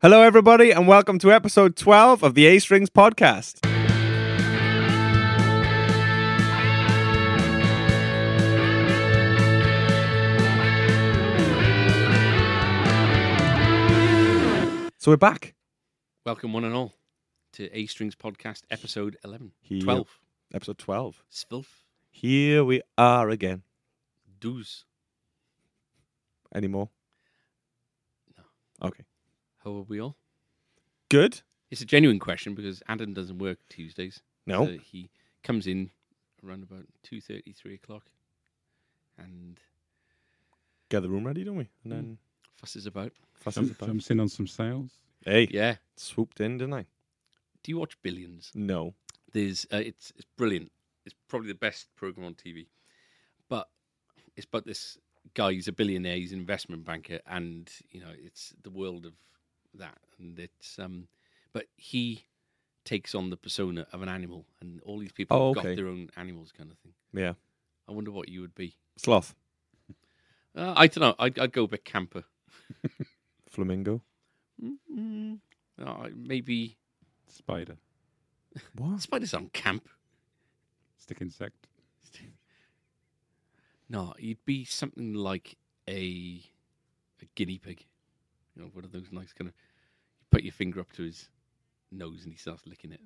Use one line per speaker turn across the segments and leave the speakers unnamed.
Hello, everybody, and welcome to episode 12 of the A Strings podcast. So we're back.
Welcome, one and all, to A Strings Podcast, episode 11,
Here.
12.
Episode 12.
Svilf,
Here we are again.
doos.
Any more?
No.
Okay.
How are we all?
Good?
It's a genuine question because Adam doesn't work Tuesdays.
No.
So he comes in around about 2.30, 3 o'clock and
Get the room ready, don't we? And then
fusses about.
fusses
Jump,
about.
jumps in on some sales.
Hey,
Yeah.
swooped in, didn't I?
Do you watch Billions?
No.
There's, uh, it's, it's brilliant. It's probably the best program on TV. But it's about this guy, he's a billionaire, he's an investment banker, and, you know, it's the world of that. And it's, um, but he takes on the persona of an animal, and all these people
Oh,
have
okay.
got their own animals kind of thing.
Yeah.
I wonder what you would be.
Sloth.
Uh, I don't know. I'd, I'd go a bit camper.
Flamingo.
Mm, uh, maybe
Spider.
What?
spiders on camp.
Stick insect.
No, you'd be something like a a guinea pig. You know, one of those nice kind of. You put your finger up to his nose and he starts licking it.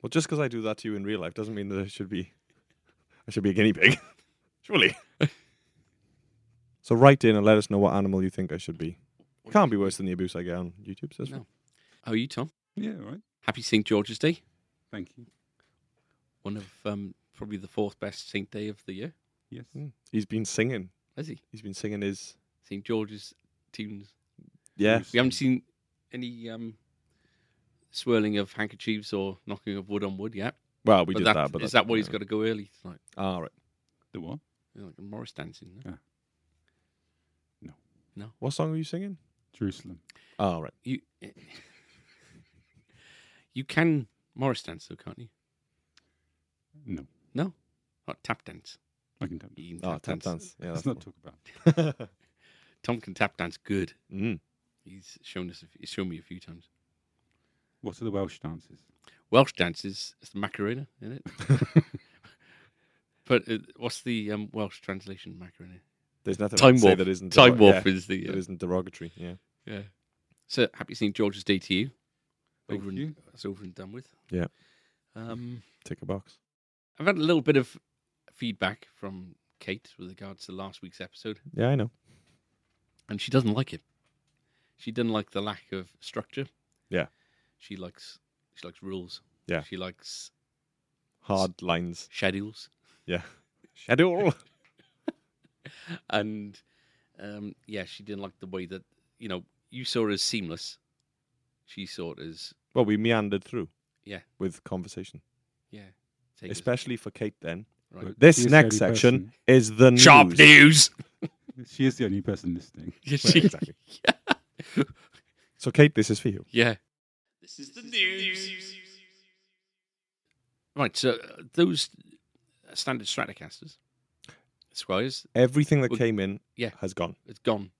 Well, just because I do that to you in real life doesn't mean that I should be, I should be a guinea pig, surely. so write in and let us know what animal you think I should be. Can't be worse than the abuse I get on YouTube. Says
No. How are you, Tom?
Yeah, all right.
Happy St George's Day.
Thank you.
One of um, probably the fourth best Saint Day of the year.
Yes.
Mm. he's been singing.
Has he?
He's been singing his
St George's tunes.
Mm. yeah.
We haven't seen any um, swirling of handkerchiefs or knocking of wood on wood yet.
Well, we
but
did
that-
that, but
is that why he's got to go early tonight?
All right.
The what?
You know, Like Morris dancing. no?
What song are you singing?
Jerusalem.
All right.
You you can Morris dance though, can't you?
No,
No, not tap dance.
I can tell you.
You can
Oh, tap dance. Yeah.
Let's
That's
not talk about. It.
the one.
Tom can tap dance good.
mm.
He's shown us. a f- He's shown me a few times.
What are the Welsh dances?
Welsh dances. It's the Macarena, isn't it? but uh, what's the um, Welsh translation of Macarena?
There's nothing I
Time
can say
warp.
that isn't
Time
derog-
warp
yeah,
is the.
that
Uh,
isn't derogatory. Yeah.
yeah. So happy St George's Day to you.
Thank
over
you.
and that's over and done with.
Yeah.
Um.
Tick a box.
I've had a little bit of feedback from Kate with regards to last week's episode,
Yeah, I know.
and she doesn't like it. She doesn't like the lack of structure.
Yeah.
She likes she likes rules.
Yeah.
She likes
Hard lines.
schedules.
Yeah. Schedule.
And um, yeah, she didn't like the way that you know, you saw it as seamless. She saw it as
Well, we meandered through.
Yeah.
With conversation.
yeah, take us-
Especially for Kate then.
right.
This
She is the
next
only
section is the news.
Sharp news.
person- She is the only person listening.
Yes,
Well,
she-
exactly. So Kate, this is for you.
Yeah. This is the news. Right, so uh, those standard Stratocasters, Squires,
Everything that
Well,
came in
yeah.
has gone.
it's gone,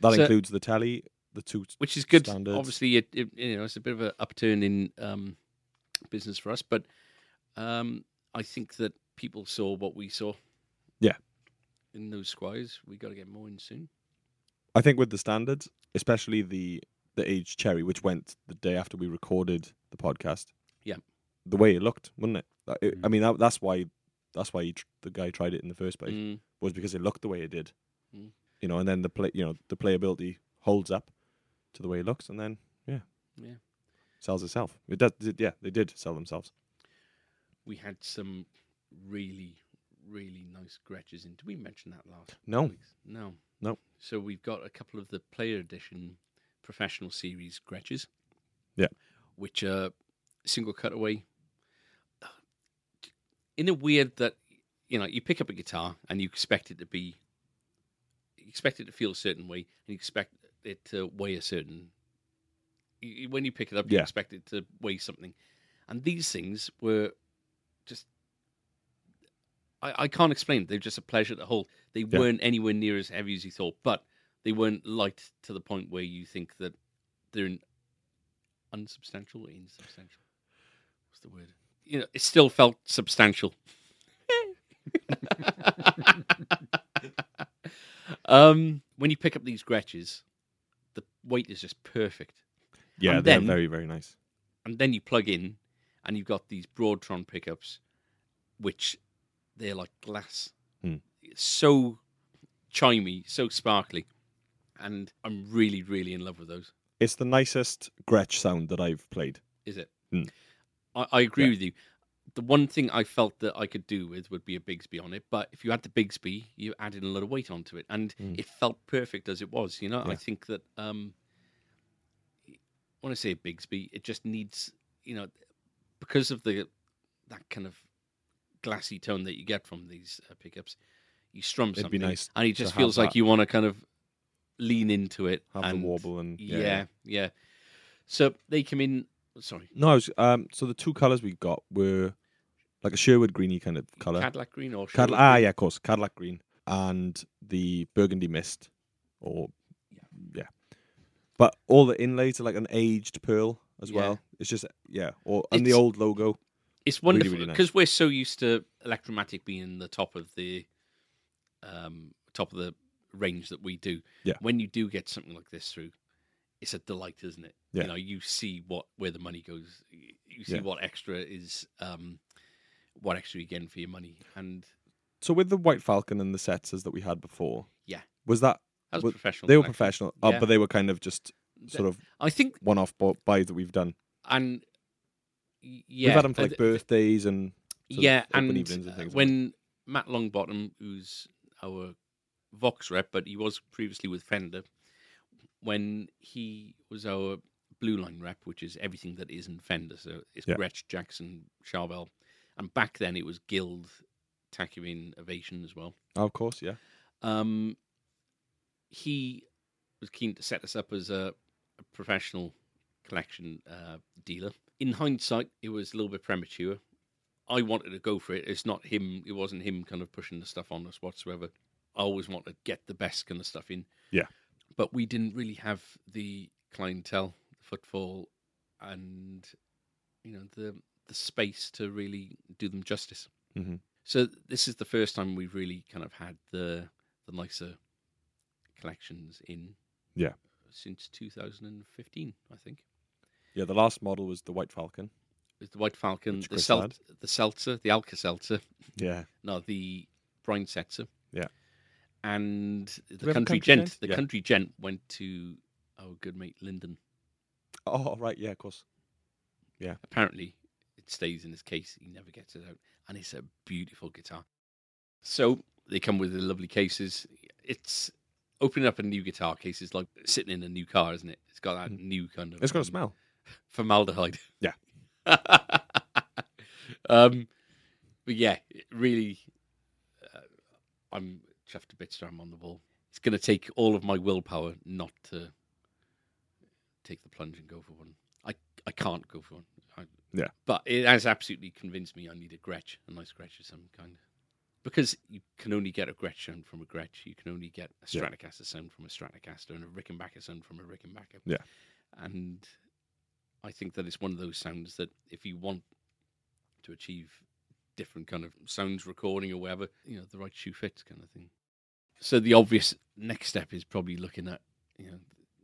That
So-
includes the telly, the two
which is good.
Standards.
Obviously, it, it you know it's a bit of an upturn in um, business for us, but um, I think that people saw what we saw.
Yeah.
In those Squires, we got to get more in soon.
I think with the standards, especially the the aged cherry, which went the day after we recorded the podcast.
Yeah.
The way it looked, wasn't it? That- it- I
Mm.
mean, that, that's why that's why he, tr- the guy tried it in the first place
Mm,
was because it looked the way it did.
Mm.
You know, and then the play, you know, the playability holds up to the way it looks, and then yeah,
Yeah.
sells itself. It does, did- yeah, they did sell themselves.
we had some really, really nice Gretches in. Did we mention that last?
No,
weeks. No.
No.
So we've got a couple of the player edition professional series Gretches.
Yeah.
Which are single cutaway. In a weird that, you know, you pick up a guitar and you expect it to be, you expect it to feel a certain way and you expect it to weigh a certain. you- you- When you pick it up, you
Yeah.
expect it to weigh something. And these things were just. I, I can't explain. They're just a pleasure to hold. They
Yeah.
weren't anywhere near as heavy as you thought, but they weren't light to the point where you think that they're in- unsubstantial, insubstantial. What's the word? You know, it still felt substantial. um, when you pick up these Gretches, the weight is just perfect.
Yeah,
And
they're
then-
very, very nice.
and then you plug in and you've got these Broadtron pickups, which they're like glass.
Hmm.
It's so chimey, so sparkly. And I'm really, really in love with those.
It's the nicest Gretsch sound that I've played.
Is it?
Hmm.
I, I agree
Yeah.
with you. The one thing I felt that I could do with would be a Bigsby on it, but if you had the Bigsby, you added a lot of weight onto it, and
Hmm.
it felt perfect as it was. You know, I
Yeah.
think that um, when I say a Bigsby, it just needs you know because of the that kind of glassy tone that you get from these uh, pickups, you strum
It'd be
something,
nice
and it
to
just
have
feels like
that.
you want to kind of lean into it
Have
and
the warble and
yeah, yeah, So they come in. Sorry,
No, I was, um, so the two colours we got were like a Sherwood greeny kind of colour.
Cadillac green or
Cadil-
Sherwood
ah,
green?
yeah, of course, Cadillac green and the burgundy mist, or yeah, But all the inlays are like an aged pearl as
Yeah.
well. It's just yeah, or and the
It's-
old logo.
It's
Really,
wonderful
really nice.
because we're so used to electromatic being the top of the um, top of the range that we do.
Yeah.
When you do get something like this through, it's a delight, isn't it?
Yeah.
You know, you see what where the money goes. You you see
Yeah.
what extra is um, what extra you get for your money, and
So with the white falcon and the setsers that we had before,
Yeah.
was that
that was
Well,
professional.
they were
actually.
professional, oh,
Yeah.
but they were kind of just
Th-
sort of
I think,
one-off bu- buys that we've done.
and y- yeah,
we've had them for
uh,
like
th-
birthdays and sort of
yeah,
open
and,
evenings and
uh,
things like
when Matt Longbottom, who's our Vox rep, but he was previously with Fender, when he was our Blue Line rep, which is everything that isn't Fender, so it's
Yeah.
Gretsch, Jackson, Charvel, and back then it was Guild, Tacumin, Ovation as well.
Oh, of course, yeah.
Um, he was keen to set us up as a, a professional collection uh, dealer. In hindsight, it was a little bit premature. I wanted to go for it. It's not him. It wasn't him kind of pushing the stuff on us whatsoever. I always want to get the best kind of stuff in.
Yeah.
But we didn't really have the clientele, the footfall, and you know the the space to really do them justice.
Mhm.
So this is the first time we've really kind of had the the nicer collections in.
Yeah.
Since 2015, I think.
Yeah, the last model was the white falcon.
With the White Falcon,
Which
the,
Chris
Sel-
had.
the Seltzer, the Alka Seltzer,
Yeah,
no, the Brian Setzer.
Yeah.
And
we
the
have a
country,
country
gent,
gent?
the
Yeah.
country gent went to our good mate Lyndon.
Oh, right. Yeah, of course.
Apparently, it stays in his case. He never gets it out, and it's a beautiful guitar. So they come with the lovely cases. It's opening up a new guitar case is like sitting in a new car, isn't it? It's got that
Mhm.
new kind of
It's got a
um,
smell.
formaldehyde.
Yeah.
um, but yeah, it really, uh, I'm chuffed to bits that I'm on the ball. It's going to take all of my willpower not to take the plunge and go for one. I, I can't go for one. I,
Yeah.
But it has absolutely convinced me I need a Gretsch, a nice Gretsch of some kind. Because you can only get a Gretsch sound from a Gretsch, you can only get a
Yeah.
Stratocaster sound from a Stratocaster, and a Rickenbacker sound from a Rickenbacker.
Yeah.
And I think that it's one of those sounds that if you want to achieve different kind of sounds recording or whatever, you know, the right shoe fits kind of thing. So the obvious next step is probably looking at, you know,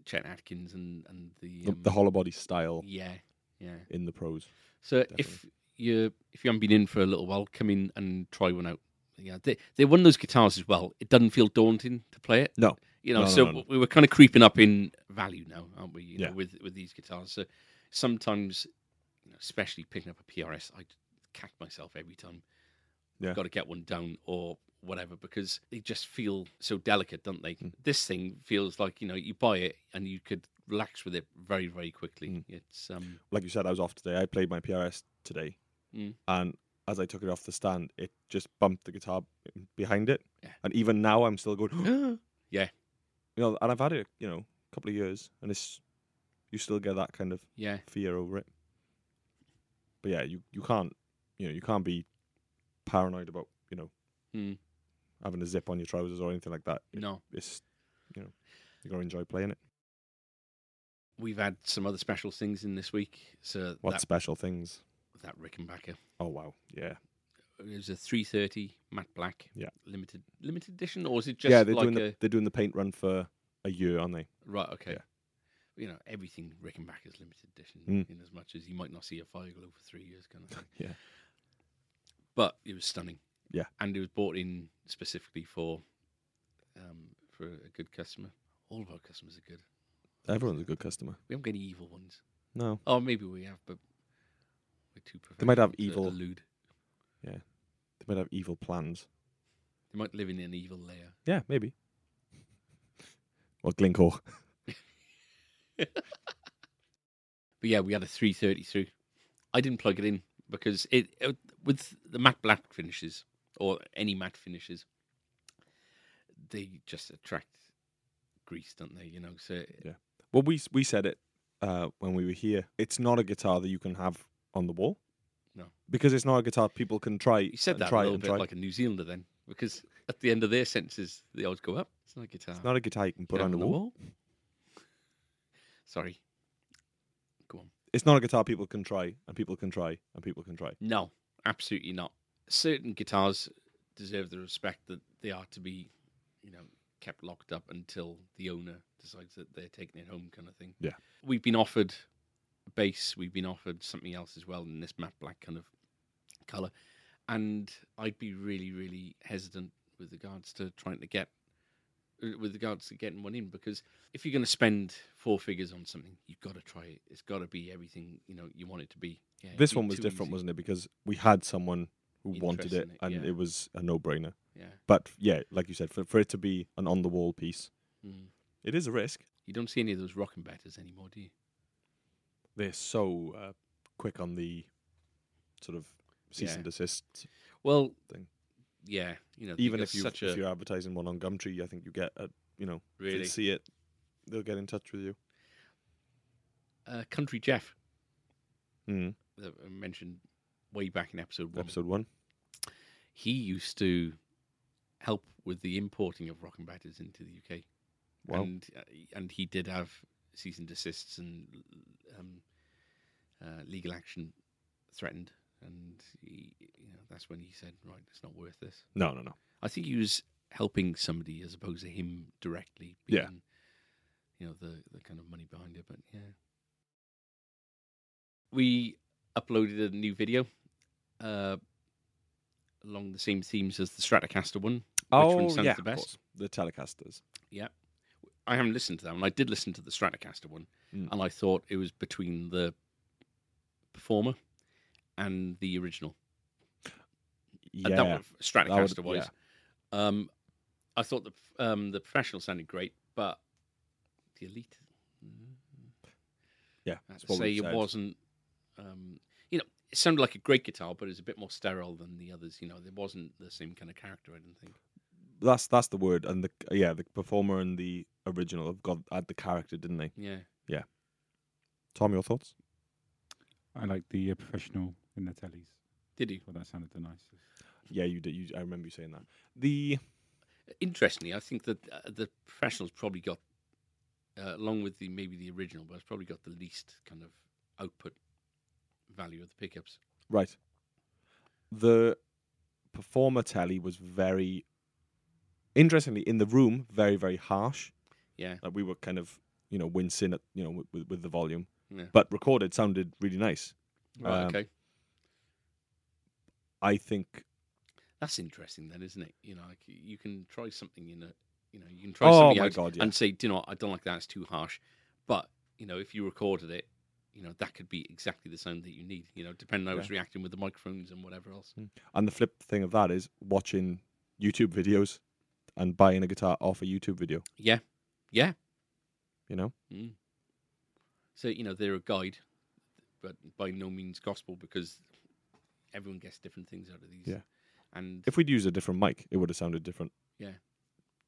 Chet Atkins and, and the,
The,
um,
the hollow body style
Yeah, yeah.
in the pros.
So if
Definitely.
you if you haven't been in for a little while, come in and try one out. Yeah, they, they're one of those guitars as well. It doesn't feel daunting to play it.
No.
you know.
No, no,
so
no, no.
we were kind of creeping up in value now, aren't we? You
Yeah.
know, with with these guitars. So sometimes, you know, especially picking up a PRS, I cack myself every time.
Yeah.
I've got to get one down or whatever because they just feel so delicate, don't they?
Mm.
This thing feels like you know you buy it and you could relax with it very very quickly.
Mm.
It's um
Like you said, I was off today. I played my PRS today,
Mm.
and as I took it off the stand, it just bumped the guitar behind it.
Yeah.
And even now, I'm still going. you
Yeah.
know, and I've had it, you know, a couple of years, and it's you still get that kind of
yeah
fear over it. But yeah, you you can't, you know, you can't be paranoid about, you know,
Mm.
having a zip on your trousers or anything like that. It-
no
It's You gotta enjoy playing it.
We've had some other special things in this week. So
What
that
special things?
that Rickenbacker.
Oh wow, yeah,
It was a 330 matte black.
Yeah.
Limited limited edition, or is it just
yeah. They're
like
doing
a
the they're doing the paint run for a year, aren't they?
right? Okay.
Yeah.
You know everything Rickenbacker's limited edition,
Mm.
in as much as you might not see a Feigl over three years, kind of thing.
Yeah.
But it was stunning.
Yeah.
And it was bought in specifically for, um, for a good customer. All of our customers are good.
Everyone's a good customer.
We haven't got any evil ones.
No,
Oh, maybe we have, but we're too.
They might have
professional
evil-
To elude.
they might have evil plans.
They might live in an evil layer.
Yeah, maybe. Or Glencore.
But yeah, we had a 330 through. I didn't plug it in because it, it with the matte black finishes or any matte finishes, they just attract grease, don't they? You know, so
Well, we s- we said it uh, when we were here. It's not a guitar that you can have on the wall.
No.
because it's not a guitar people can try.
you said
and
that a
try
little
and
bit
try.
like a New Zealander then, because at the end of their sentences, they always go up. It's not a guitar.
It's not a guitar you can put on the wall.
Sorry.
It's not a guitar people can try and people can try and people can try.
No, absolutely not. Certain guitars deserve the respect that they are to be, you know, kept locked up until the owner decides that they're taking it home, kind of thing.
Yeah.
We've been offered bass, we've been offered something else as well in this matte black kind of colour. And I'd be really, really hesitant with regards to trying to get uh, with regards to getting one in because if you're going to spend four figures on something you've got to try it it's got to be everything you know you want it to be yeah, it'd
This
be
one was
too
different,
easy.
wasn't it? Because we had someone who wanted
Interest
it,
in it,
and
yeah.
it was a no-brainer.
Yeah.
But yeah, like you said, for, for it to be an on-the-wall piece,
Mm.
it is a risk.
You don't see any of those rocking batters anymore, do you?
They're so uh, quick on the sort of cease
Yeah.
and desist.
Well,
Thing.
yeah, you know,
Even
you've
if you
got such
if
a
you're advertising one on Gumtree, I think you get a you know if they
really
see it, they'll get in touch with you.
uh, country Jeff
Mm.
that I mentioned way back in episode one.
Episode one.
He used to help with the importing of rocking batters into the UK,
Wow.
and uh, and he did have cease and desists and um, uh, legal action threatened, and he, you know, that's when he said, right, it's not worth this.
No, no, no.
I think he was helping somebody as opposed to him directly.
Yeah.
being, You know, the, the kind of money behind it, but yeah. We uploaded a new video uh, along the same themes as the Stratocaster one. Which one sounds the
Oh, of
best?
course. The Telecasters.
I haven't listened to that one. I did listen to the Stratocaster one,
Mm.
and I thought it was between the performer and the original.
Yeah,
Uh, that one, Stratocaster
would-
wise. Um, I thought the um, the professional sounded great, but the elite. mm-hmm.
yeah.
I'd
that's what
say
we
it
said.
wasn't. Um, you know, it sounded like a great guitar, but it was a bit more sterile than the others. You know, there wasn't the same kind of character. I didn't think.
That's that's the word, and the yeah, the performer and the original have got had the character, didn't they?
Yeah,
Tom, your thoughts?
I like the uh, professional in the tellies.
did he?
Well, that sounded the nicest.
Yeah, you did. You, I remember you saying that. The
Interestingly, I think that uh, the professionals probably got, uh, along with the maybe the original, but it's probably got the least kind of output value of the pickups.
right, the performer telly was very interestingly in the room, very very harsh.
Yeah,
Like we were kind of you know wincing at you know with, with the volume,
Yeah.
but recorded sounded really nice.
right.
Um,
okay,
I think
That's interesting, then, isn't it? You know, like you can try something in a, you know, you can try
Oh,
something
my
out
God, yeah.
and say, "Do you know, what, I don't like that; it's too harsh." But you know, if you recorded it, you know, that could be exactly the sound that you need. You know, depending on how it's reacting with the microphones and whatever else.
And the flip thing of that is watching YouTube videos and buying a guitar off a YouTube video.
Yeah, yeah.
You know,
So you know, they're a guide, but by no means gospel because everyone gets different things out of these.
Yeah.
and
if we'd used a different mic, it would have sounded different.
Yeah.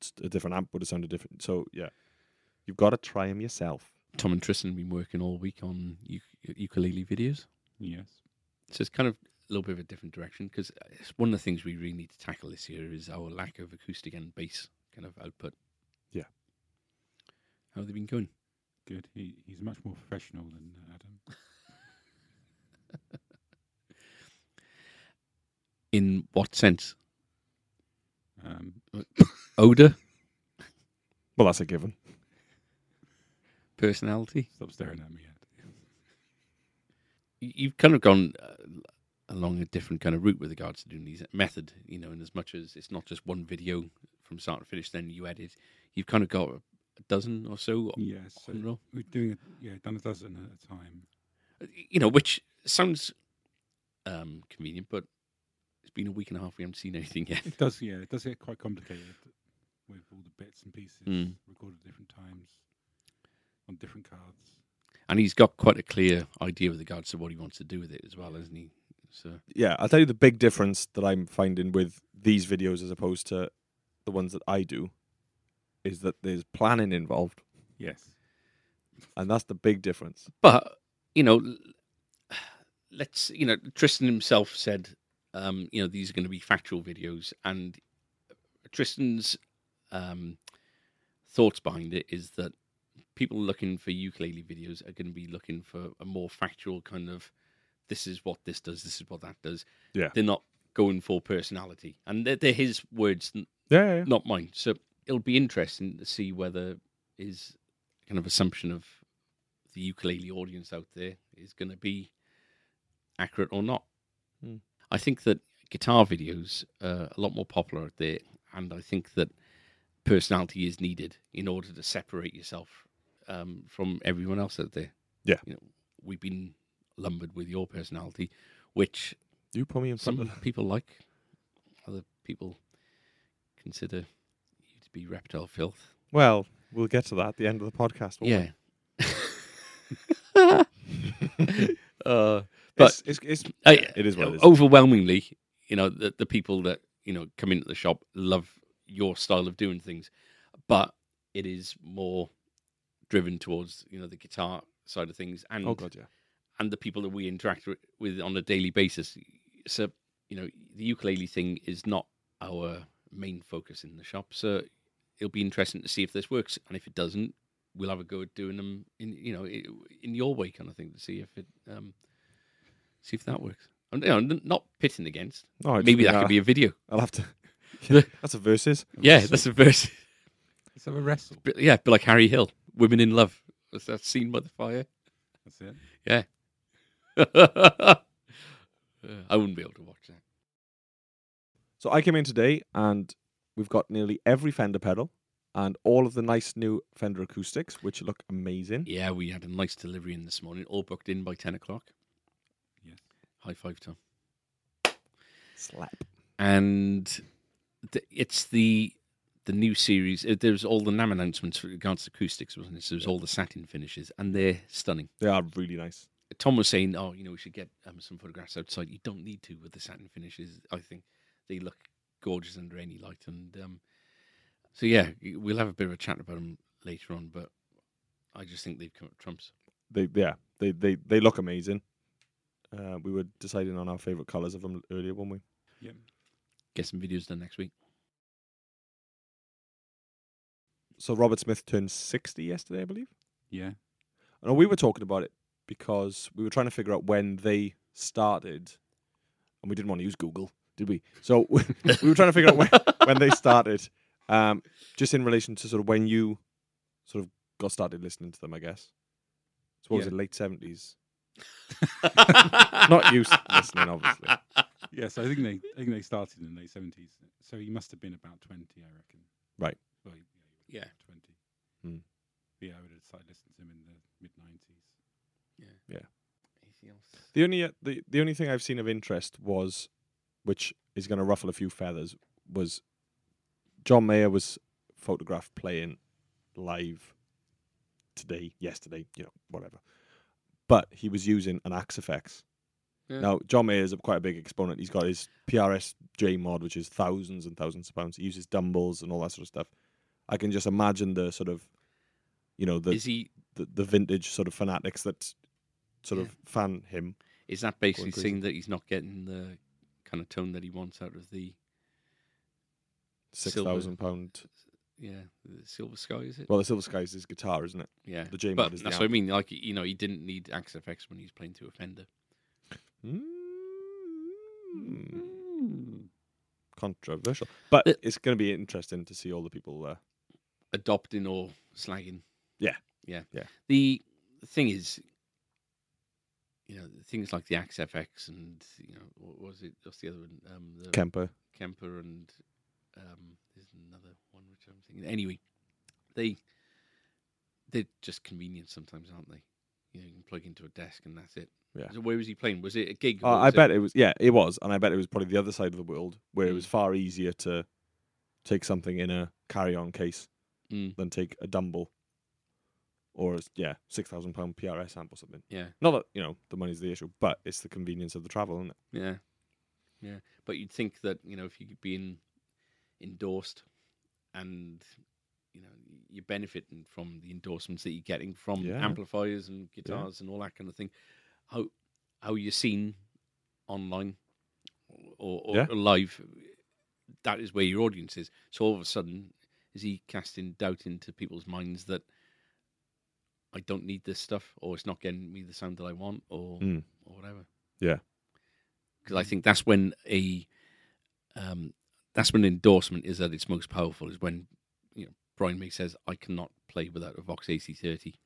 S- a different amp would have sounded different. So yeah, you've got to try them yourself.
Tom and Tristan have been working all week on u- ukulele videos.
Yes.
So it's kind of a little bit of a different direction because one of the things we really need to tackle this year is our lack of acoustic and bass kind of output.
Yeah.
How have they been going?
Good. He, he's much more professional than Adam.
In what sense?
Um,
Odor,
Well, that's a given.
personality.
stop staring at me. Ed.
Oh.
Y- You've kind of gone uh, along a different kind of route with regards to doing these method, you know. And as much as it's not just one video from start to finish, then you edit. You've kind of got a dozen or so
Yeah, so
on roll.
we're doing it. Yeah, done a dozen at a time.
you know, which sounds um, convenient, but it's been a week and a half. We haven't seen anything yet.
It does. Yeah, it does get quite complicated with all the bits and pieces
Hmm.
Mm.
recorded at different times on different cards.
And he's got quite a clear idea with regards to what he wants to do with it as well, hasn't he? So
yeah, I'll tell you the big difference that I'm finding with these videos as opposed to the ones that I do is that there's planning involved,
Yes.
and that's the big difference.
but you know l- let's you know tristan himself said um you know these are going to be factual videos and tristan's um thoughts behind it is that people looking for ukulele videos are going to be looking for a more factual kind of this is what this does this is what that does
Yeah.
they're not going for personality and they're, they're his words n-
Yeah, yeah, yeah.
not mine so it'll be interesting to see whether his kind of assumption of the ukulele audience out there is going to be accurate or not.
Hmm.
I think that guitar videos are a lot more popular out there, and I think that personality is needed in order to separate yourself um, from everyone else out there.
Yeah.
you know, we've been lumbered with your personality, which
You put me in front
some
of
people like, other people consider you to be reptile filth.
Well, we'll get to that at the end of the podcast. won't we?
Yeah. uh, but-
it's, it's, it's
I,
it is what it is.
Overwhelmingly, you know, the, the people that, you know, come into the shop love your style of doing things, but it is more driven towards, you know, the guitar side of things and
oh god, yeah.
and the people that we interact wi- with on a daily basis. So, you know, the ukulele thing is not our main focus in the shop. So it'll be interesting to see if this works. And if it doesn't, we'll have a go at doing them in, you know, i- in your way kind of thing to see if it, um, see if that works. And, you know, n- not pitting against.
No, I just
Maybe
mean,
that could
uh,
be a video.
I'll have to.
The-
that's a versus.
Yeah, that's a verse.
Let's have a wrestle.
But yeah, but like Harry Hill, Women in Love. Was that scene by the fire?
That's it.
I wouldn't be able to watch that.
So I came in today, and we've got nearly every Fender pedal and all of the nice new Fender acoustics, which look amazing.
Yeah, we had a nice delivery in this morning, all booked in by 10 o'clock.
Yes.
High five, Tom.
Slap.
And th- it's the the new series. Uh, There's all the NAM announcements with regards to acoustics, wasn't it? So there's all the satin finishes, and they're stunning.
They are really nice.
Tom was saying, oh, you know, we should get um, some photographs outside. You don't need to with the satin finishes. I think they look gorgeous under any light. And um, so, yeah, we'll have a bit of a chat about them later on, but I just think they've come up trumps.
They yeah, they they they look amazing. Uh, we were deciding on our favorite colors of them earlier, weren't we?
Yeah.
Get some videos done next week.
So Robert Smith turned sixty yesterday, I believe.
Yeah.
No, we were talking about it because we were trying to figure out when they started, and we didn't want to use Google, did we? So we were trying to figure out when, when they started, um, just in relation to sort of when you sort of got started listening to them, I guess. So what was
Yeah.
it, late seventies?
Not
you listening, obviously. Uh,
Yeah. So I think they, I think they started in the late seventies. So he must have been about twenty, I reckon.
Right.
Well, he- yeah. he
Yeah.
was Twenty.
Hmm.
Yeah, I would have started listening to him in the mid nineties.
Anything else?
The only uh, the the only thing I've seen of interest was, which is going to ruffle a few feathers, was John Mayer was photographed playing live today, yesterday, you know, whatever. But he was using an Axe FX.
Yeah.
Now John Mayer is a, quite a big exponent. He's got his PRSJ mod, which is thousands and thousands of pounds. He uses dumbbells and all that sort of stuff. I can just imagine the sort of, you know, the
is he?
the, the vintage sort of fanatics that sort
Yeah.
of fan him.
Is that basically
crazy.
saying that he's not getting the kind of tone that he wants out of the
six
Silver.
thousand pound
yeah, the Silver Sky is it?
Well, the Silver Sky is his guitar, isn't it?
yeah,
the J-Mod
But
is the
that's what I mean. Like you know, he didn't need Axe FX when he was playing to a Fender. Hmm.
Mm. Controversial, but
But-
it's going to be interesting to see all the people there.
adopting or slagging.
Yeah.
Yeah.
Yeah.
The thing is, you know, things like the Axe FX and, you know, what was it? What's the other one? Um, the
Kemper,
Kemper and um, there's another one which I'm thinking. Anyway, they, they're just convenient sometimes, aren't they? You know, you can plug into a desk and that's it.
Yeah.
So where was he playing? Was it a gig? or
Uh, I
was it-
bet it was. Yeah, it was, and I bet it was probably the other side of the world where it
Mm.
was far easier to take something in a carry-on case
Mm.
than take a dumble or a s- yeah six thousand pound PRS amp or something.
Yeah.
Not that you know the money's the issue, but it's the convenience of the travel, isn't it?
Yeah, yeah. But you'd think that you know if you're being endorsed, and you know you're benefiting from the endorsements that you're getting from
Yeah.
amplifiers and guitars and all that kind of thing. How how you're seen online or, or
Yeah.
live, that is where your audience is. So all of a sudden, is he casting doubt into people's minds that I don't need this stuff, or it's not getting me the sound that I want, or
Mm.
or whatever.
Yeah.
because I think that's when a um, that's when endorsement is at its most powerful. Is when you know Brian May says, "I cannot play without a Vox AC30,"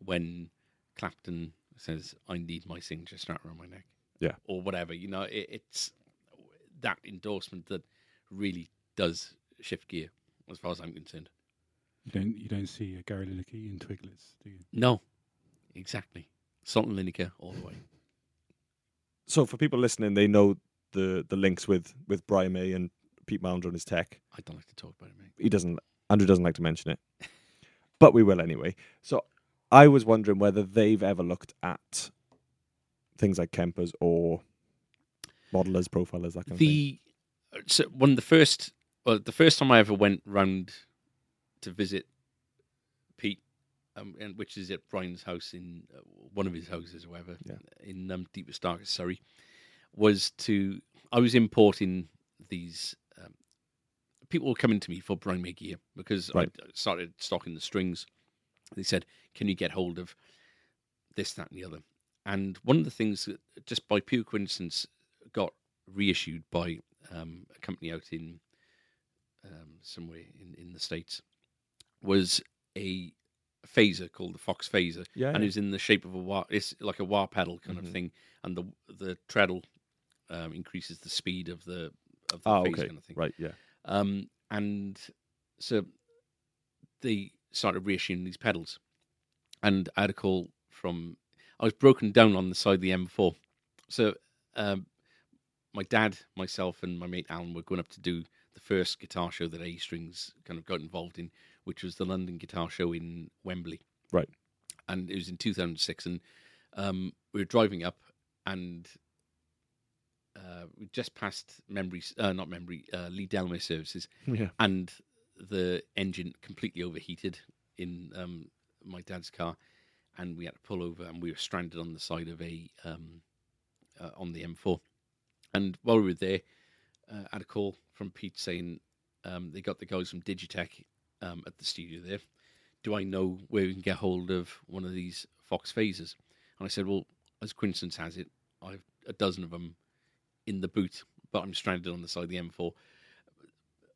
when Clapton says, "I need my signature strap around my neck,"
Yeah.
or whatever. You know, it, it's that endorsement that really does shift gear, as far as I'm concerned.
You don't you don't see a Gary Lineker in Twiglets, do you?
No, exactly. Salt and Lineker all the way.
So for people listening, they know the the links with with Brian May and Pete Mounder and his tech.
I don't like to talk about it, mate.
He doesn't. Andrew doesn't like to mention it, but we will anyway. So I was wondering whether they've ever looked at things like Kempers or modelers, profilers, that kind of thing.
the so one of the first well the first time I ever went round to visit Pete, um, and which is at Brian's house in uh, one of his houses or whatever
Yeah.
in um, deepest darkest Surrey, was to I was importing these. Um, people were coming to me for Brian May gear because
Right.
I started stocking the strings. They said, "Can you get hold of this, that, and the other?" And one of the things that just by pure coincidence got reissued by um, a company out in um, somewhere in, in the states was a phaser called the Fox phaser,
Yeah,
and
yeah.
it was in the shape of a wah. It's like a wah pedal kind
Mhm.
of thing, and the the treadle um, increases the speed of the of the
Ah,
phaser
okay.
kind of thing.
Right, yeah.
Um, and so they started reissuing these pedals. And I had a call from, I was broken down on the side of the M4. So um, my dad, myself, and my mate Alan were going up to do the first guitar show that A Strings kind of got involved in, which was the London Guitar Show in Wembley.
Right.
And it was in 2006. And um, we were driving up and uh, we just passed memory, uh, not memory, uh, Lee Delmay services,
Yeah.
and the engine completely overheated in um, my dad's car, and we had to pull over, and we were stranded on the side of a um, uh, on the M4. And while we were there, uh, I had a call from Pete saying um, they got the guys from Digitech um, at the studio there. Do I know where we can get hold of one of these Fox phasers? And I said, well, as coincidence has it, I've a dozen of them in the boot, but I'm stranded on the side of the M4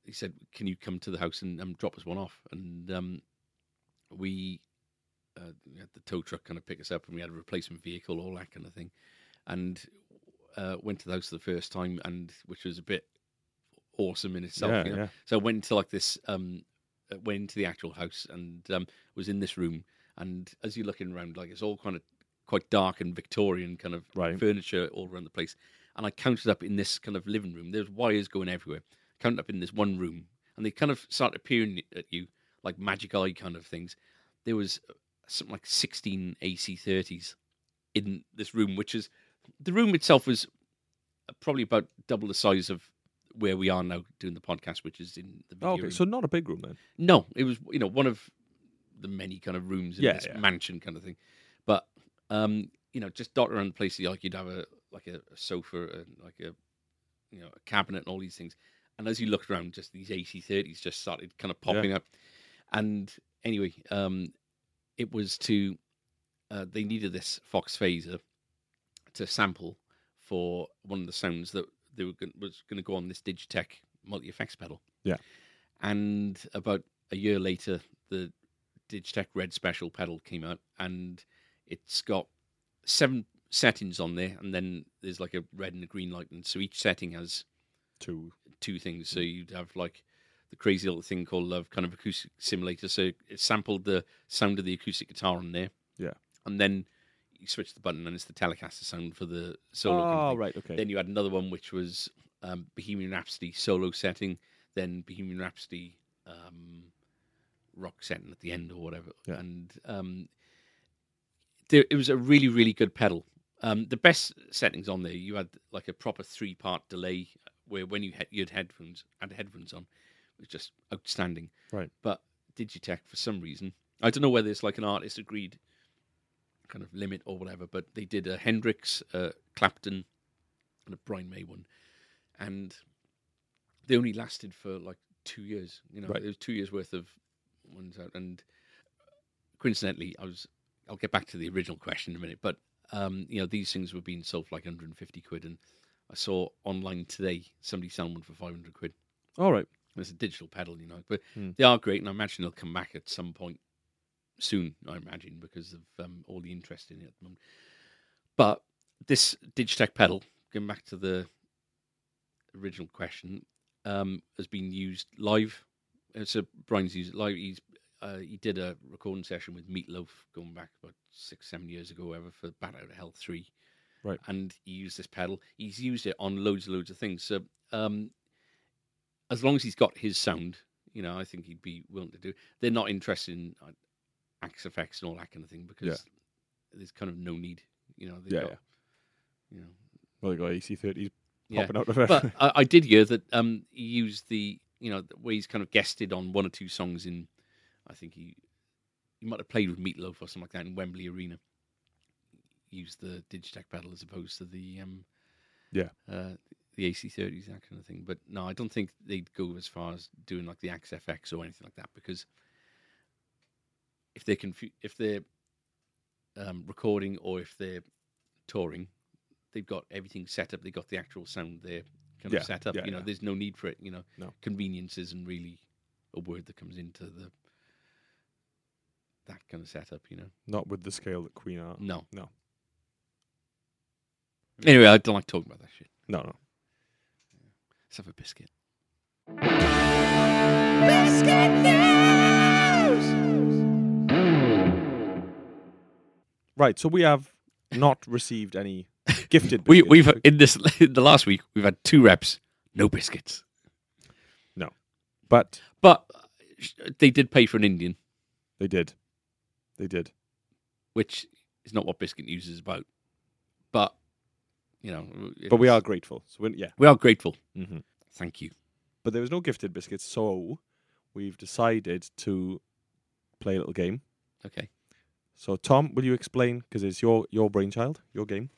he said, "Can you come to the house and um, drop us one off?" And um, we uh, we had the tow truck kind of pick us up, and we had a replacement vehicle, all that kind of thing. And uh, went to the house for the first time, and which was a bit awesome in itself.
yeah,
you know?
yeah.
So I went into like this, um, uh, went into the actual house and um, was in this room. And as you're looking around, like it's all kind of quite dark and Victorian kind of
Right.
furniture all around the place. And I counted up in this kind of living room. There's wires going everywhere. counted up in this one room, and they kind of start appearing at you like magic eye kind of things. There was uh, something like 16 AC30s in this room, which is the room itself was probably about double the size of where we are now doing the podcast, which is in the video
Oh, okay,
room.
so not a big room then.
No, it was you know one of the many kind of rooms in
Yeah,
this
yeah.
mansion kind of thing, but um, you know just dot around the place like you'd have a like a, a sofa and like a you know a cabinet and all these things, And as you looked around, just these AC30s just started kind of popping up. And anyway, um, it was to uh, they needed this Fox phaser to sample for one of the sounds that they were going was going to go on this Digitech multi effects pedal.
Yeah.
And about a year later, the Digitech Red Special pedal came out, and it's got seven settings on there, and then there's like a red and a green light, and so each setting has
Two.
two things. So you'd have like the crazy little thing called Love kind of acoustic simulator. So it sampled the sound of the acoustic guitar on there.
Yeah.
And then you switch the button and it's the Telecaster sound for the solo. kind of
Oh,
thing.
right. Okay.
Then you had another one which was um, Bohemian Rhapsody solo setting, then Bohemian Rhapsody um, rock setting at the end or whatever.
Yeah.
And um, there, it was a really, really good pedal. Um, the best settings on there, you had like a proper three part delay where when you had, you had headphones had headphones on, it was just outstanding.
Right.
But Digitech, for some reason, I don't know whether it's like an artist agreed kind of limit or whatever, but they did a Hendrix, a Clapton, and a Brian May one, and they only lasted for like two years. You know,
Right.
it was two years worth of ones out. And coincidentally, I was I'll get back to the original question in a minute, but um, you know, these things were being sold for like 150 quid, and I saw online today somebody selling one for 500 quid.
All right.
It's a digital pedal, you know, but
Hmm.
they are great, and I imagine they'll come back at some point soon. I imagine because of um, all the interest in it at the moment. But this Digitech pedal, going back to the original question, um, has been used live. Uh, So Brian's used it live. He's uh, he did a recording session with Meatloaf going back about six, seven years ago, whatever, for Bat Out of Hell three.
Right.
And he used this pedal. He's used it on loads and loads of things. So um, as long as he's got his sound, you know, I think he'd be willing to do. They're not interested in uh, axe effects and all that kind of thing because there's kind of no need. You know, they've
Yeah,
got,
yeah.
you know,
Well, they got AC30s
yeah
popping out of it.
but I, I did hear that um, he used the you know the way he's kind of guested on one or two songs in. I think he he might have played with Meatloaf or something like that in Wembley Arena. Used the Digitech pedal as opposed to the um,
Yeah.
uh, the AC30s that kind of thing. But no, I don't think they'd go as far as doing like the Axe FX or anything like that because if they're confu- if they're um, recording or if they're touring, they've got everything set up. They've got the actual sound there kind
Yeah,
of set up.
yeah,
you know,
yeah.
there's no need for it. You know,
No.
convenience isn't really a word that comes into the that kind of setup. You know,
Not with the scale that Queen are.
no,
No.
Anyway, I don't like talking about that shit.
No, no.
Let's have a biscuit.
Right. So we have not received any gifted.
We
biscuits.
we've uh, in this in the last week we've had two reps, no biscuits,
but
but sh- they did pay for an Indian,
they did. They did.
which is not what biscuit news is about. But you know,
But we
it's-
are grateful. So we yeah.
we are grateful.
Mm-hmm.
Thank you.
But there was no gifted biscuits, so we've decided to play a little game.
Okay.
So Tom, will you explain? Because it's your your brainchild, your game.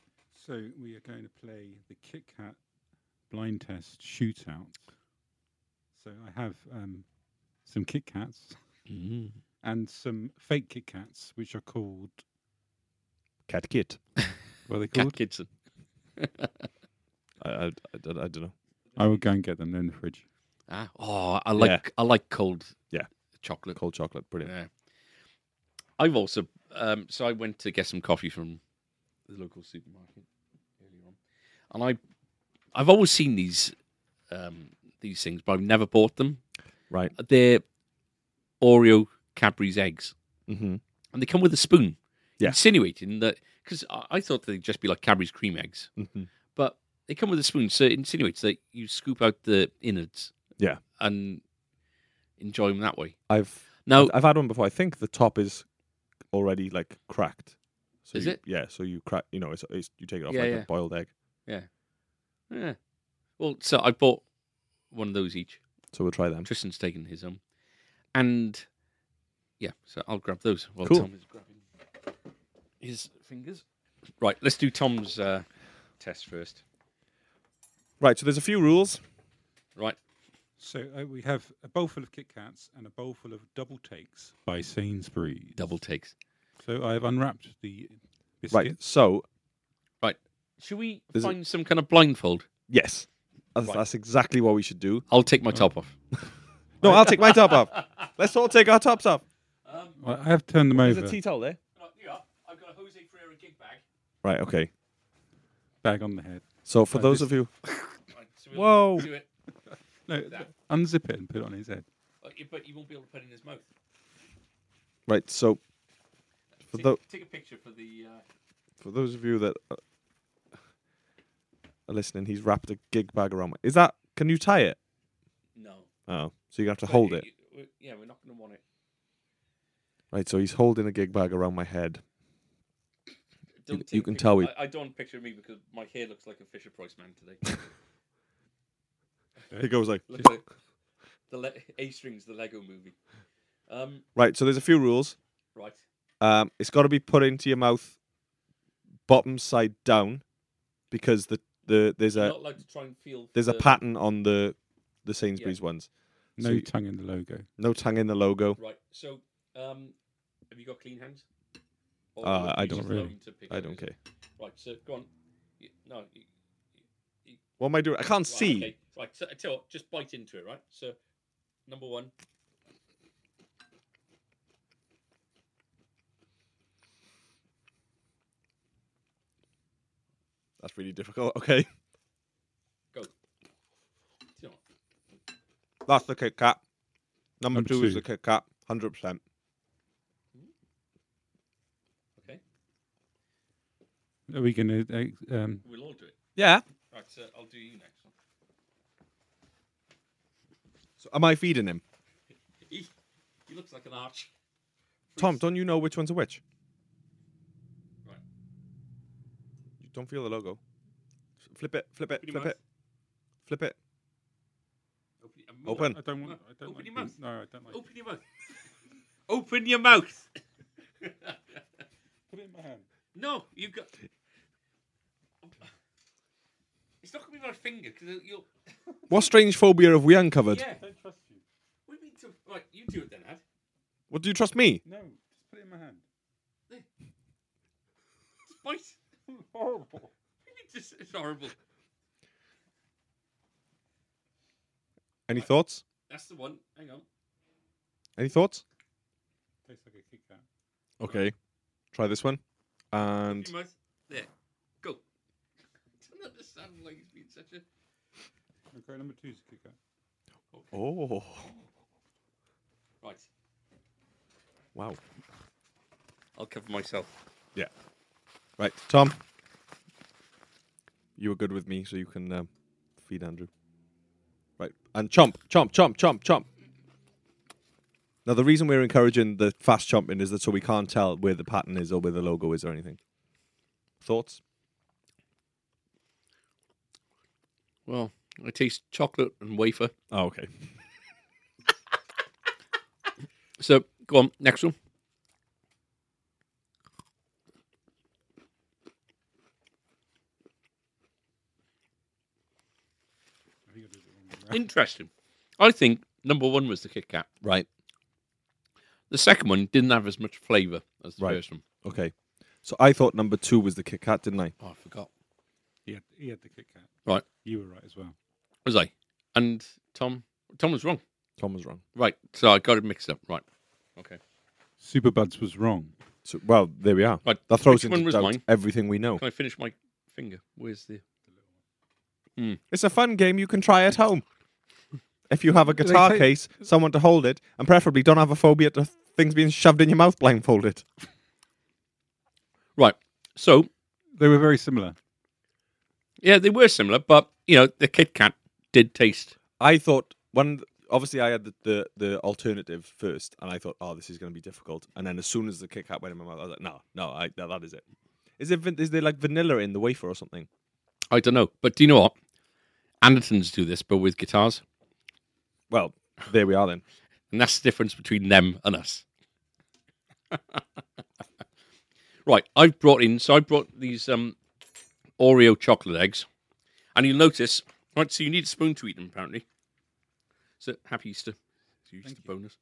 So we are going to play the Kit Kat blind test shootout. So I have um, some Kit Kats
Mm-hmm.
Mm.
and some fake Kit Kats, which are called
Cat kit.
what are they
Cat
called?
Kidson.
I I, I, don't- I don't know.
I will go and get them. They're in the fridge.
Ah, oh, I like I like cold.
Yeah.
Chocolate.
Cold chocolate, brilliant.
Yeah. I've also um, so I went to get some coffee from the local supermarket earlier on, and I I've always seen these um, these things, but I've never bought them.
Right.
They're Oreo Cadbury's eggs,
Mm-hmm.
and they come with a spoon,
Yeah.
insinuating that because I, I thought they'd just be like Cadbury's cream eggs,
Mm-hmm.
but they come with a spoon, so it insinuates that you scoop out the innards,
Yeah.
and enjoy them that way.
I've
Now,
I've had one before. I think the top is already like cracked. So
Is
you-
it?
Yeah. So you crack. You know, it's, it's you take it off
Yeah,
like
yeah.
a boiled egg.
Yeah. Well, so I bought one of those each.
So we'll try them.
Tristan's taken his own. And yeah, so I'll grab those while
Cool.
Tom is grabbing his fingers. Right, let's do Tom's uh, test first.
Right. So there's a few rules.
Right.
So uh, we have a bowl full of Kit Kats and a bowl full of double takes by Sainsbury's.
Double takes.
So I've unwrapped the biscuit.
Right. So
Should we
Is it-
find some kind of blindfold?
yes, that's,
Right.
that's exactly what we should do.
I'll take my top off.
No, I'll take my top off. Let's all take our tops off.
Well, I have turned them
There's
over.
a tea towel there.
I've got a Jose Ferreira gig bag.
Right. Okay.
Bag on the head.
So for
I
those
just-
of you,
Whoa! Do it.
No,
That.
unzip it and put it on his head.
But you won't be able to put it in his mouth.
right. So for tho-
take a picture for the. Uh,
for those of you that uh, are listening, he's wrapped a gig bag around. my- Is that? Can you tie it?
no.
Oh, so you have to hold it.
Yeah, we're not going to want it.
Right. So he's holding a gig bag around my head.
Don't
you
take a
can
picture-
tell we-
I, I don't want a picture of me because my hair looks like a Fisher Price man today.
He goes like,
Look at it. the le- A strings, the Lego movie. Um,
right. So there's a few rules.
right.
Um, it's got to be put into your mouth, bottom side down, because the the there's
You're
a
not allowed to try and feel. for
there's a
the-
pattern on the the Sainsbury's ones.
No
So-
tongue in the logo.
No tongue in the logo.
Right. So, um, have you got clean hands? Or
Uh,
would
I
you
don't
just
really.
allow him to pick
I
up
don't
his-
care.
Right. So go on. You- No. You,
What am I doing? I can't
right,
see.
Okay. Right. So I tell you what, just bite into it. Right. So, number one.
That's really difficult. Okay,
You know,
that's the Kit Kat. Number,
Number
two, is
two.
the Kit Kat. Hundred percent.
okay.
Are we going to? Uh, um,
We'll all do it.
Yeah.
Right. So I'll do you next. One.
So am I feeding him?
He, he looks like an arch.
Tom, don't you know which ones are which?
Right.
You don't feel the logo. Flip it. Flip it.
Pretty
flip
much.
it. Flip it.
Open,
Open.
your mouth.
I don't want.
No,
I don't
open your
like being-
mouth.
No, I don't like.
Open your mouth. Open your mouth.
Put it in my hand.
no, you got. It's not gonna be my finger because you'll.
What strange phobia have we uncovered?
Yeah.
don't trust you.
We need to. Right, you do it then, Ad.
What do you trust me?
No, just put it in my hand.
It's bite.
Horrible.
We need to. s- It's horrible.
Any thoughts?
That's the one. Hang on.
Any thoughts?
Tastes like a Kit Kat.
Okay. Try this one. And
Your mouth. There. Go. I don't understand why he's been such a.
Okay, number two is a Kit Kat.
oh,
Right.
wow.
I'll cover myself.
Yeah. Right, Tom. You were good with me, so you can um, feed Andrew. Right, and chomp, chomp, chomp, chomp, chomp. Now, the reason we're encouraging the fast chomping is that so we can't tell where the pattern is or where the logo is or anything. Thoughts?
Well, I taste chocolate and wafer.
Oh, okay.
So go on, next one.
I think I did it wrong.
Interesting. I think number one was the Kit Kat.
Right.
The second one didn't have as much flavour as the
Right.
first one.
Okay. So I thought number two was the Kit Kat, didn't I?
Oh, I forgot.
He had, he had the Kit Kat.
Right,
You were right as well.
was I? And Tom, Tom was wrong.
Tom was wrong.
Right, so I got it mixed up. Right, okay.
Super Buds was wrong.
So, well, there we are.
Right,
That throws
which one
into
was
doubt
mine?
everything we know.
Can I finish my finger? Where's the?
It's a fun game you can try at home. If you have a guitar
take-
case, someone to hold it, and preferably don't have a phobia to things being shoved in your mouth blindfolded.
Right. So
They were very similar.
yeah, they were similar, but you know, the Kit Kat did taste.
I thought one obviously I had the, the, the alternative first, and I thought, oh, this is going to be difficult. And then as soon as the Kit Kat went in my mouth, I was like, no, no, I, no that is it. Is it van- is there like vanilla in the wafer or something?
I don't know, but do you know what? Andertons do this, but with guitars,
Well, there we are then.
and that's the difference between them and us. right, I've brought in. So I brought these um, Oreo chocolate eggs, and you'll notice. Right, so you need a spoon to eat them, apparently. So happy Easter. It's your
Thank
Easter
you.
bonus.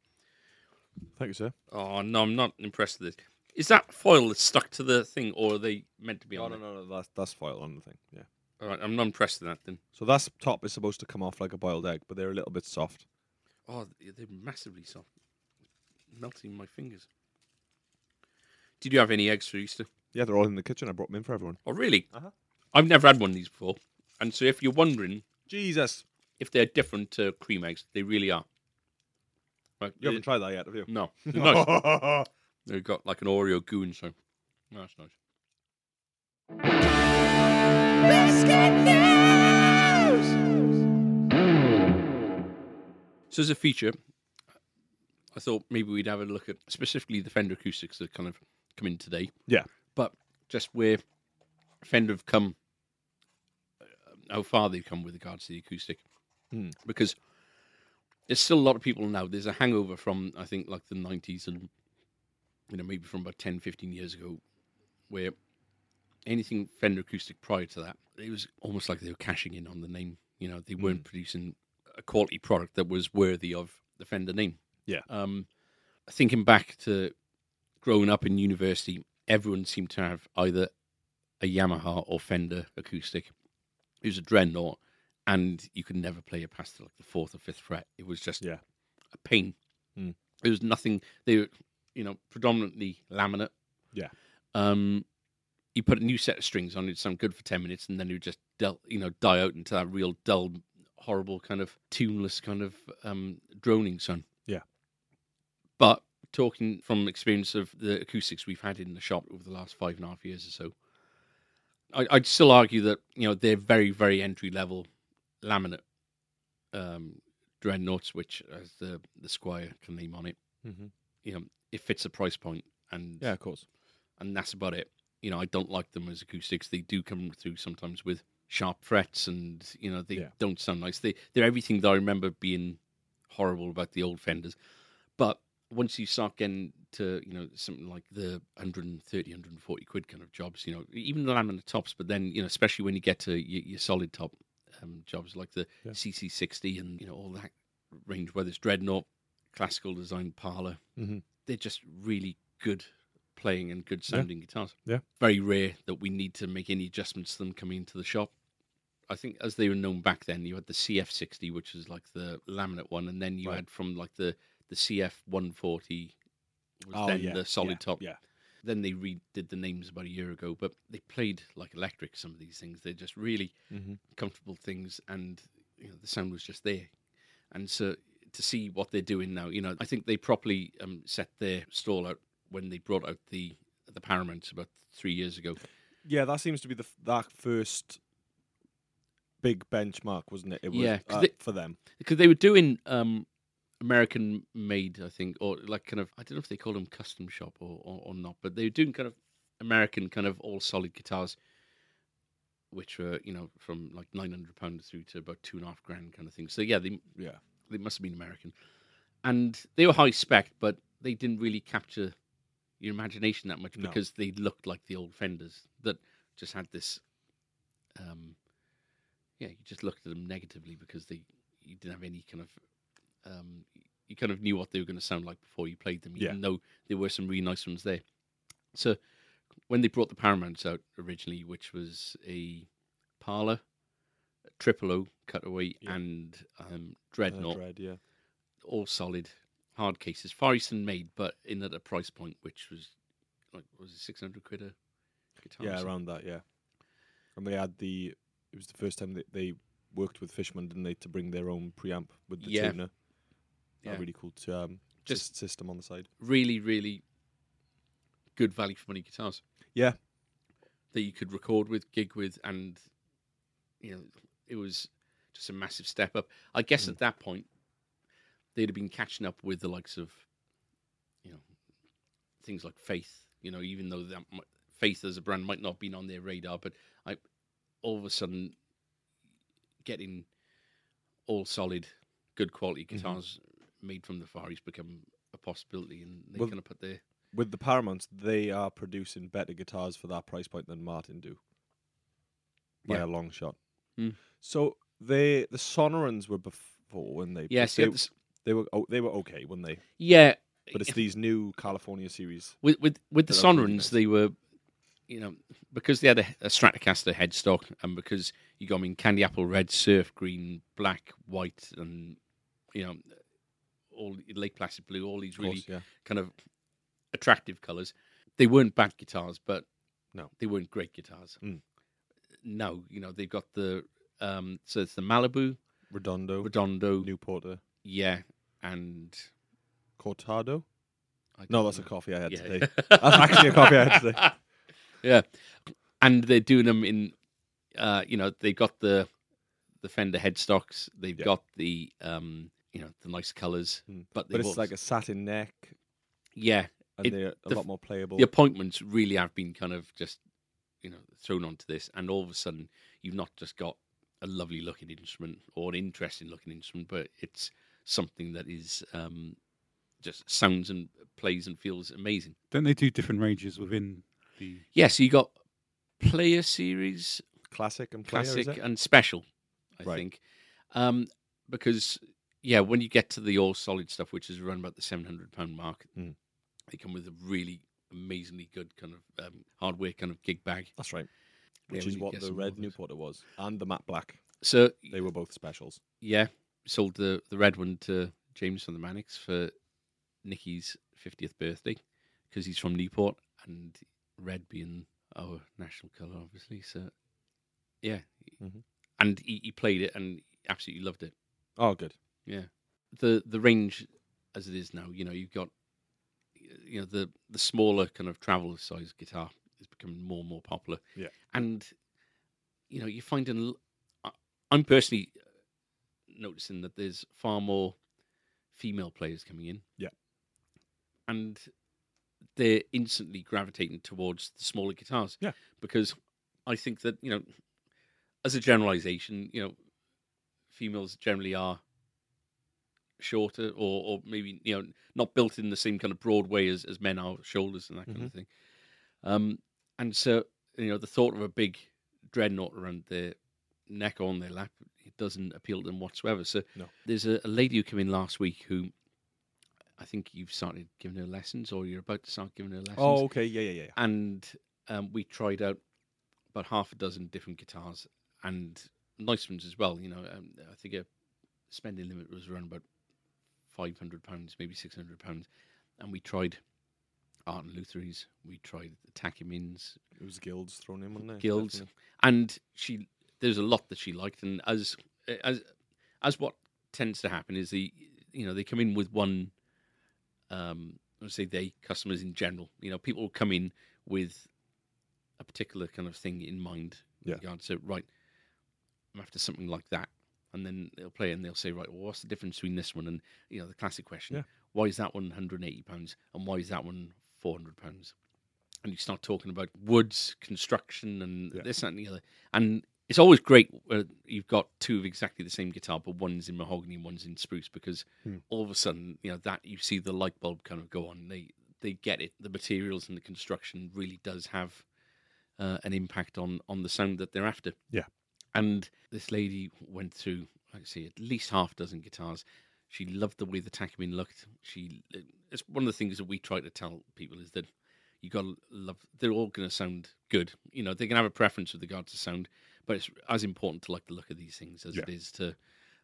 Thank you, sir.
Oh no, I'm not impressed with this. Is that foil that's stuck to the thing, or are they meant to be
No,
on
Oh, no,
it?
no, no. That's that's foil on the thing. Yeah.
All right, I'm not impressed with that then.
So that's top is supposed to come off like a boiled egg, but they're a little bit soft.
Oh, th- they're massively soft, melting my fingers. Did you have any eggs for Easter?
Yeah, they're all in the kitchen. I brought them in for everyone.
Oh, really?
Uh-huh.
I've never had one of these before, and so if you're wondering
Jesus,
if they're different to cream eggs, they really are. Like,
you haven't tried that yet, have you?
no, They're nice.
nice.
They've got like an Oreo goo and so. No, that's nice. So as a feature, I thought maybe we'd have a look at specifically the Fender acoustics that kind of come in today.
Yeah.
But just where Fender have come, uh, how far they've come with regards to the acoustic.
Hmm.
Because there's still a lot of people now, there's a hangover from, I think, like the 90s and, you know, maybe from about 10, 15 years ago, where anything Fender acoustic prior to that, it was almost like they were cashing in on the name. You know, they
Hmm.
weren't producing a quality product that was worthy of the Fender name.
Yeah.
Um, thinking back to growing up in university, everyone seemed to have either a Yamaha or Fender acoustic. It was a dreadnought, and you could never play it past like the fourth or fifth fret. It was just
Yeah.
a pain.
Mm.
It was nothing. They were, you know, predominantly laminate.
Yeah.
Um, you put a new set of strings on, it'd sound good for ten minutes, and then it would just dull, you know, die out into that real dull, horrible kind of tuneless kind of um, droning sound.
Yeah.
But talking from experience of the acoustics we've had in the shop over the last five and a half years or so, I, I'd still argue that you know they're very, very entry level laminate um, dreadnoughts, which as the the Squire can name on it,
hmm
you know, it fits the price point and
Yeah, of course.
and that's about it. You know, I don't like them as acoustics. They do come through sometimes with sharp frets, and you know they
Yeah.
don't sound nice. They they're everything that I remember being horrible about the old Fenders. But once you start getting to you know something like the 130, 140 quid kind of jobs, you know, even the laminate tops. But then you know, especially when you get to your, your solid top um, jobs like the
Yeah.
CC60 and you know all that range, whether it's Dreadnought, classical design, parlor,
Mhm.
they're just really good playing and good sounding guitars.
Yeah.
Very rare that we need to make any adjustments to them coming into the shop. I think as they were known back then, you had the CF60, which was like the laminate one, and then you
Right.
had from like the the CF140 was
Oh,
then
yeah,
the solid
yeah,
top.
Yeah.
Then they redid the names about a year ago, but they played like electric. Some of these things they're just really
hmm
comfortable things and you know the sound was just there and so to see what they're doing now you know i think they properly um, set their stall out when they brought out the the paramounts about three years ago
Yeah, that seems to be the f- that first big benchmark, wasn't it? It was
Yeah, 'cause
uh,
they-
for them.
because they were doing um american made i think or like kind of i don't know if they call them custom shop or, or, or not but they were doing kind of american kind of all solid guitars which were you know from like 900 pounds through to about two and a half grand kind of thing so yeah they
Yeah.
they must have been American, and they were high spec, but they didn't really capture your imagination that much
No.
because they looked like the old Fenders that just had this. Um, yeah, you just looked at them negatively because they you didn't have any kind of um, you kind of knew what they were going to sound like before you played them,
Yeah.
even though there were some really nice ones there. So when they brought the Paramounts out originally, which was a Parlor, a Triple O Cutaway,
Yeah.
and um,
Uh,
Dreadnought,
Dread, yeah.
all solid hard cases, Far Eastern made, but in at a price point which was like was it six hundred quid a guitar? or
Yeah,
something?
around that, yeah. And they had the. It was the first time that they worked with Fishman, didn't they, to bring their own preamp with the
Yeah.
tuner?
Yeah.
A really cool t- um,
Just-
just system on the side.
really, really good value for money guitars.
Yeah.
that you could record with, gig with, and you know it was just a massive step up. I guess
Mm.
at that point they'd have been catching up with the likes of you know things like Faith. You know, even though that mi- Faith as a brand might not have been on their radar, but I all of a sudden getting all solid, good quality
Mm-hmm.
guitars made from the Far East become a possibility, and they
Well,
kind of put their
With the Paramounts, they are producing better guitars for that price point than Martin do. By
Yeah.
a long shot.
Mm.
So they the Sonorans were bef- for when they
Yes,
they,
yeah, this-
they were oh, they were okay, weren't they?
yeah.
But it's
Eh, if-
these new California series.
with with with the
That I've really
Sonorans, they were, you know, because they had a, a Stratocaster headstock, and because you got them in candy apple red, surf green, black, white, and you know, all Lake Placid blue, all these
Of course,
really
yeah.
kind of attractive colours. They weren't bad guitars, but
No.
they weren't great guitars.
Mm.
No, you know, they've got the um, so it's the Malibu,
Redondo, uh,
Redondo,
Newporter,
yeah, and
Cortado.
I
No,
don't
that's a
know.
coffee I had
Yeah.
today. That's actually a copy I had today.
yeah, and they're doing them in, uh, you know, they got the the Fender headstocks, they've
Yeah.
got the um, you know, the nice colours,
Mm.
but they've
But it's
also-
like a satin neck,
yeah,
and
It-
they're a
the
lot
f-
more playable.
the appointments really have been kind of just you know thrown onto this, and all of a sudden you've not just got a lovely looking instrument or an interesting looking instrument, but it's something that is um, just sounds and plays and feels amazing.
Don't they do different ranges within the?
Yeah, so you got player series,
Classic and player, is
classic, uh,
it?
and special. I
Right.
think um, because yeah, when you get to the all solid stuff, which is around about the seven hundred pound mark,
Mm.
they come with a really amazingly good kind of um, hardware kind of gig bag.
That's right.
Yeah,
Which
we
is
need to
what
get
the
some more
red
of those.
Newporter was, and the matte black.
So
They were both specials.
yeah, sold the the red one to James from the Manics for Nicky's fiftieth birthday because he's from Newport and red being our national colour, obviously. So yeah,
Mhm.
and he, he played it and absolutely loved it.
Oh, good.
The the range as it is now, you know, you've got you know the the smaller kind of travel size guitar is becoming more and more popular.
Yeah.
and you know you're finding. l- I- I'm personally noticing that there's far more female players coming in.
Yeah.
and they're instantly gravitating towards the smaller guitars.
Yeah.
because I think that you know, as a generalization, you know, females generally are shorter or or maybe you know not built in the same kind of broad way as, as men are shoulders and that kind
Mm-hmm.
of thing. Um, and so you know the thought of a big dreadnought around their neck or on their lap it doesn't appeal to them whatsoever. So
No.
there's a, a lady who came in last week who I think you've started giving her lessons or you're about to start giving her lessons.
Oh, okay. Yeah, yeah, yeah.
And um, we tried out about half a dozen different guitars and nice ones as well. You know, um, I think a spending limit was around about five hundred pounds, maybe six hundred pounds, and we tried Art and Lutherys, we tried the Takimins,
It was guilds thrown in, wasn't it?
Guilds. and she there's a lot that she liked and as as as what tends to happen is the you know they come in with one um I would say they customers in general you know people come in with a particular kind of thing in mind with
Yeah.
regard to right I'm after something like that and then they'll play it and they'll say right well what's the difference between this one and you know the classic question
Yeah.
why is that one 180 pounds and why is that one 400 pounds and you start talking about woods construction and
Yeah.
this that, and the other and it's always great when you've got two of exactly the same guitar but one's in mahogany and one's in spruce because
Hmm.
all of a sudden you know that you see the light bulb kind of go on they they get it the materials and the construction really does have uh, an impact on on the sound that they're after
Yeah.
and this lady went through like i say at least half a dozen guitars she loved the way the Takumin looked. She, uh, it's one of the things that we try to tell people is that you got to love. They're all going to sound good. You know, they can have a preference with regard to sound, but it's as important to like the look of these things as
Yeah.
it is to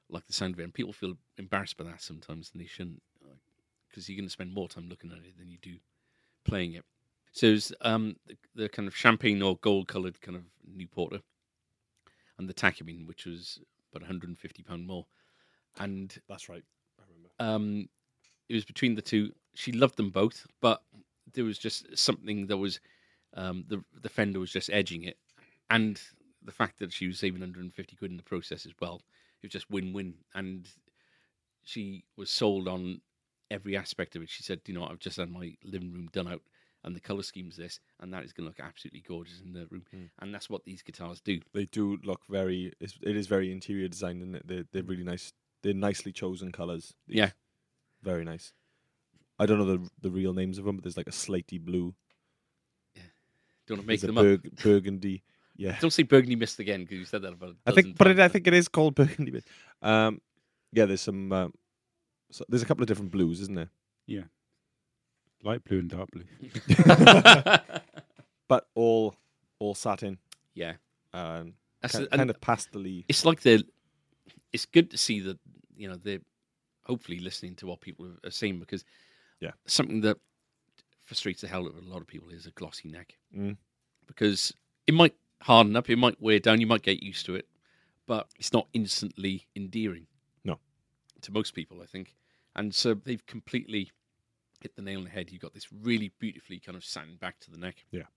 like the sound of it. And people feel embarrassed by that sometimes, and they shouldn't, because you're going to spend more time looking at it than you do playing it. So it's um, the, the kind of champagne or gold coloured kind of Newporter, and the Takumin, which was about 150 pound more, and
That's right. I remember.
um, it was between the two. She loved them both, but there was just something that was um, the the Fender was just edging it, and the fact that she was saving 150 quid in the process as well. It was just win win, and she was sold on every aspect of it. She said, "You know, I've just had my living room done out." And the color scheme's this, and that is going to look absolutely gorgeous in the room,
Mm.
and that's what these guitars do.
They do look very. It's, it is very interior designed, and they're they're really nice. They're nicely chosen colors.
Yeah.
very nice. I don't know the the real names of them, but there's like a slaty blue.
Do you want to make
there's
them
a
up?
burg- burgundy. Yeah,
Don't say burgundy missed again because you said that about. a
I
dozen
think, but it,
times
I
now.
think it is called burgundy. But, um, Yeah, there's some. Uh, so there's a couple of different blues, isn't there?
Light blue and dark blue.
But all all satin
yeah,
and
that's
ki-
a-
kind
and
of pastely.
it's like the. It's good to see that you know they're hopefully listening to what people are seeing because
Yeah.
something that frustrates the hell out of a lot of people is a glossy neck
Mm.
because it might harden up, it might wear down, you might get used to it, but it's not instantly endearing.
No.
to most people, I think, and so they've completely hit the nail on the head. You've got this really beautifully kind of satin back to the neck.
Yeah.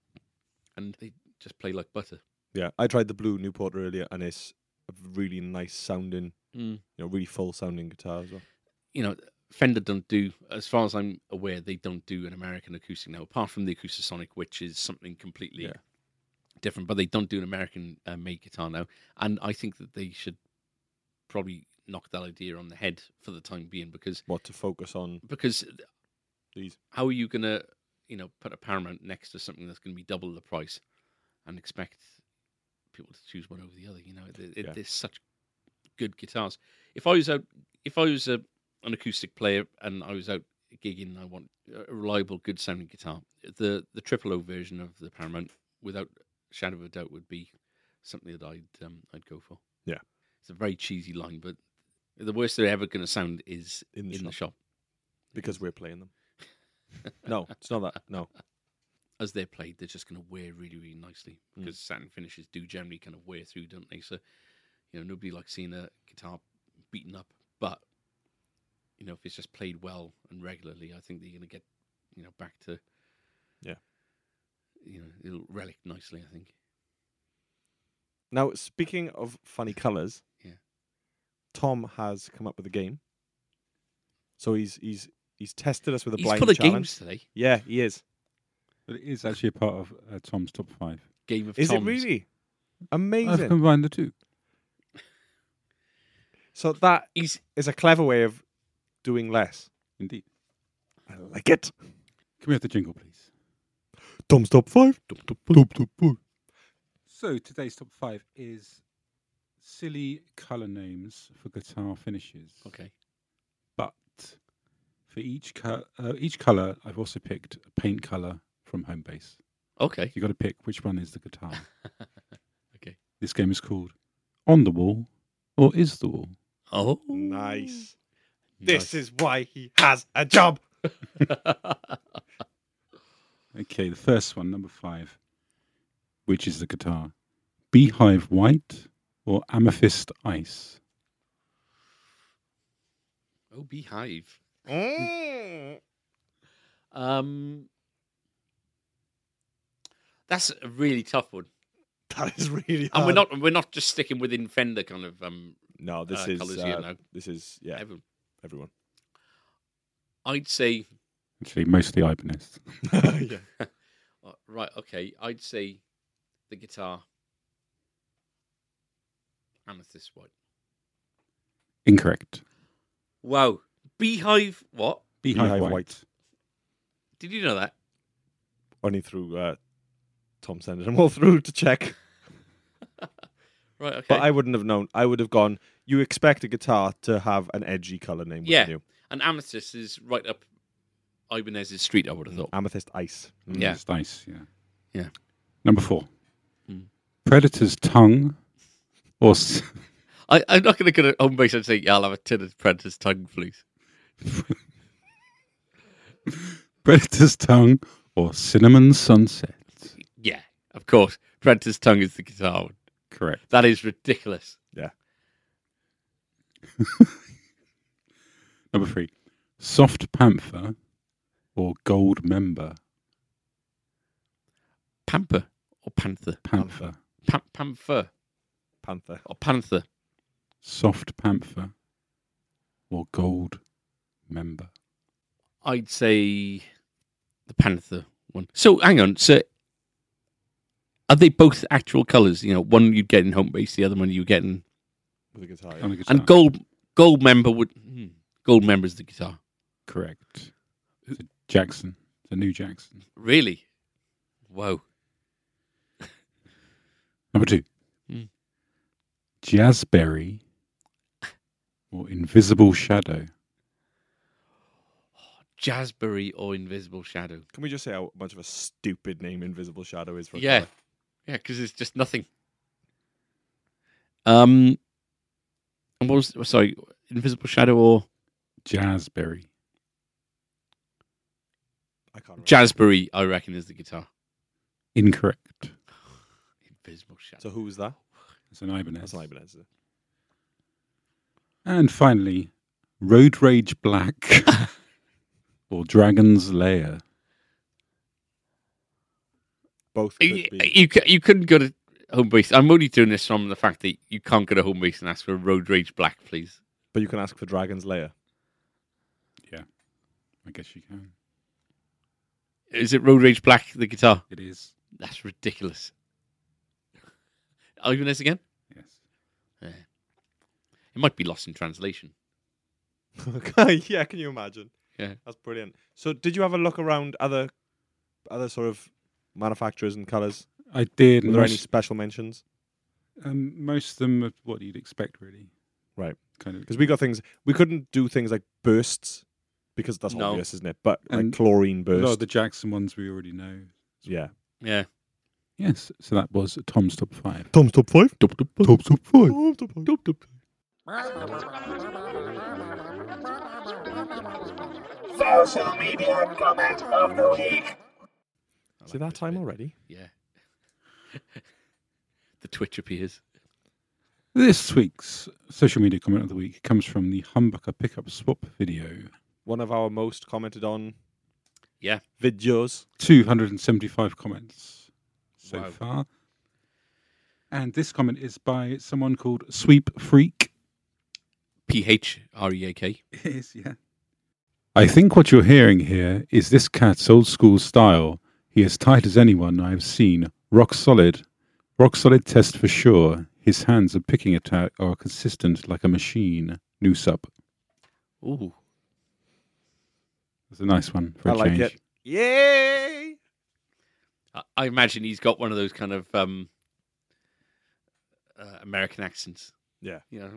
and they just play like butter.
Yeah, I tried the blue Newport earlier, and it's a really nice sounding,
Mm.
you know, really full sounding guitar as well.
you know, Fender don't do, as far as I'm aware, they don't do an American acoustic now, apart from the Acoustasonic, which is something completely
Yeah.
different. But they don't do an American uh, made guitar now, and I think that they should probably knock that idea on the head for the time being, because
What to focus on
because
these?
how are you gonna, you know, put a Paramount next to something that's gonna be double the price, and expect people to choose one over the other? You know, There- there-
Yeah.
there's such good guitars. If I was out, if I was a, an acoustic player and I was out gigging, and I want a reliable, good sounding guitar. The the triple O version of the Paramount, without a shadow of a doubt, would be something that I'd um, I'd go for.
Yeah.
it's a very cheesy line, but the worst they're ever going to sound is
In the
in the
shop.
shop
because we're playing them. no, it's not that. No,
as they're played, they're just going to wear really, really nicely
Mm.
because satin finishes do generally kind of wear through, don't they? So, you know, nobody likes seeing a guitar beaten up, but you know, if it's just played well and regularly, I think they're going to get, you know, back to
Yeah.
you know, it'll relic nicely. I think.
Now, speaking of funny colours,
Yeah.
Tom has come up with a game. So he's he's he's tested us with a
He's
blind
full of
challenge.
games today.
Yeah, he is.
But it is actually a part of uh, Tom's top five.
Game of
Is
Toms.
it really
I've
amazing?
combined the two.
So that
He's
is a clever way of doing less.
Indeed.
I like it.
Can we have the jingle, please?
Tom's top five.
So today's top five is silly colour names for guitar finishes.
okay.
But for each co- uh, each colour, I've also picked a paint colour from home base.
Okay.
You got to pick which one is the guitar.
Okay.
this game is called On the Wall or Is the Wall.
Oh,
Mm. Nice.
nice.
This is why he has a job.
Okay, the first one, number five. Which is the guitar? Beehive White or Amethyst Ice?
oh beehive.
Mm.
Um, that's a really tough one,
That is really.
and we're
hard.
not we're not just sticking within Fender kind of um
No, this
uh,
is
colours
uh,
here now.
this is yeah
Everyone.
everyone.
I'd say
Actually, mostly Ibanez.
yeah.
uh, right, okay. I'd say the guitar amethyst white.
Incorrect.
Wow, beehive. What
Beehive,
Beehive
White.
White.
did you know that?
Only through uh, Tom sending them all through to check.
Right, okay.
But I wouldn't have known. I would have gone. You expect a guitar to have an edgy color name, wouldn't
Yeah.
you?
and amethyst is right up Ibanez's street. I would have thought.
Amethyst ice. Mm.
Yeah.
Amethyst Ice, yeah.
Yeah.
Number four.
Mm.
Predator's Tongue or s-
I, I'm not going to go to home base and say, "Yeah, I'll have a tin of Predator's tongue, please."
Predator's Tongue or Cinnamon Sunset?
Yeah, of course. Predator's tongue is the guitar. one.
Correct.
That is ridiculous.
Number three. Soft Panther or Gold Member?
Pamper or panther?
Panther.
Pam- pamphor
Panther.
or panther?
Soft Panther or Gold Member?
I'd say the panther one. So hang on. So are they both actual colours? You know, one you'd get in home base, the other one you get in.
With a guitar.
On the
Oh, Yeah.
guitar.
And gold gold member would hmm, gold member is the guitar.
Correct. So Jackson. The new Jackson.
Really? Whoa.
Number two.
Mm.
Jazzberry or invisible shadow?
Jazzberry or Invisible Shadow.
Can we just say how much of a stupid name Invisible Shadow is for a
yeah,
colour?
yeah, because it's just nothing. Um, and what was oh, sorry, Invisible Shadow or
Jazzberry.
I can't remember.
Jazzberry? I reckon is the guitar.
Incorrect.
Invisible Shadow.
So who was that?
That's an Ibanez.
That's an Ibanez. is it?
And finally, Road Rage Black or Dragon's Lair.
Both could
you,
be.
you, c- you couldn't go to home base. I'm only doing this from the fact that you can't go to home base and ask for Road Rage Black, please.
But you can ask for Dragon's Lair.
I guess you can.
Is it Road Rage Black the guitar?
It is.
That's ridiculous. Ibanez again?
Yes.
It might be lost in translation.
yeah, can you imagine?
Yeah.
That's brilliant. So did you have a look around other other sort of manufacturers and colours?
I did.
Were there any
Most,
special mentions?
um, most of them are what you'd expect, really.
Right.
Kind of.
Because we got things we couldn't do things like bursts because that's
No.
obvious, isn't it? But like
And
chlorine
A lot
burst.
of the Jackson ones we already know.
yeah.
Yeah.
Yes. So that was Tom's Top 5.
Tom's top five.
Tom's Top 5.
Tom's top five.
Social media comment of the week.
I
Is
like
it that
this
time
bit.
already?
Yeah. the Twitch appears.
This week's social media comment of the week comes from the Humbucker Pickup Swap video.
One of our most commented on
Yeah.
videos.
275 comments so
Wow.
far. And this comment is by someone called Sweep Freak.
P H R E A K.
is, yeah. I think what you're hearing here is this cat's old school style. He is tight as anyone I've seen. Rock solid. Rock solid test for sure. His hands and picking attack are consistent like a machine. Noose up.
Ooh.
That's a nice one for
I
a
like
change.
it. Yay!
I, I imagine he's got one of those kind of um, uh, American accents.
Yeah.
You know.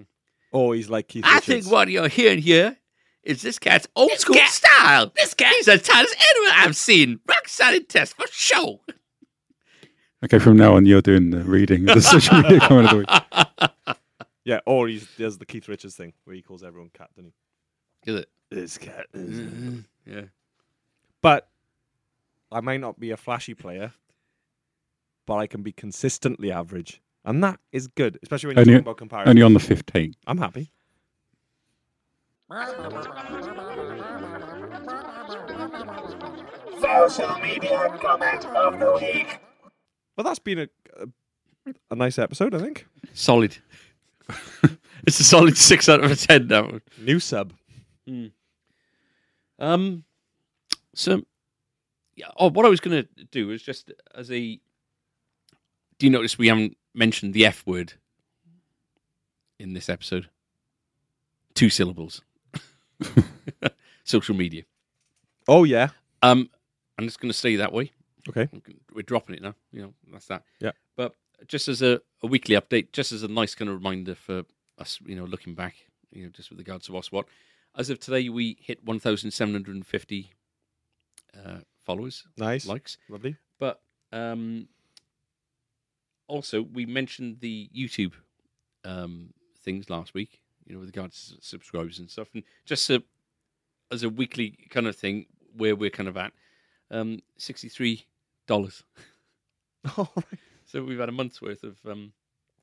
Or he's like Keith
I
Richards.
think what you're hearing here is this cat's old school style. This cat is as tight as anyone I've seen. Rock solid test for show.
Okay, from now on, you're doing the reading. of The social media comment of the week.
Yeah, or he's does the Keith Richards thing where he calls everyone cat, doesn't
Is it?
he? Mm. This cat.
Mm-hmm. Yeah.
But I may not be a flashy player, but I can be consistently average. And that is good, especially when you're
Only-
talking about comparison.
Only on the fifth take.
I'm happy.
Social media comment of the week.
Well, that's been a, a, a nice episode, I think.
Solid. it's a solid six out of a ten now.
New sub.
Um, so yeah. Oh, what I was going to do was just as a. Do you notice we haven't mentioned the F word in this episode? Two syllables. Social media.
Oh, yeah.
Um, I'm just going to stay that way.
Okay.
We're dropping it now. You know, that's that.
Yeah.
But just as a, a weekly update, just as a nice kind of reminder for us, you know, looking back, you know, just with regards to what's what. As of today, we hit 1,750 uh, followers,
Nice.
likes.
Lovely.
But um, also, we mentioned the YouTube um, things last week, you know, with regards to subscribers and stuff. And just a, as a weekly kind of thing, where we're kind of at, um, $63.
All right.
So we've had a month's worth of um,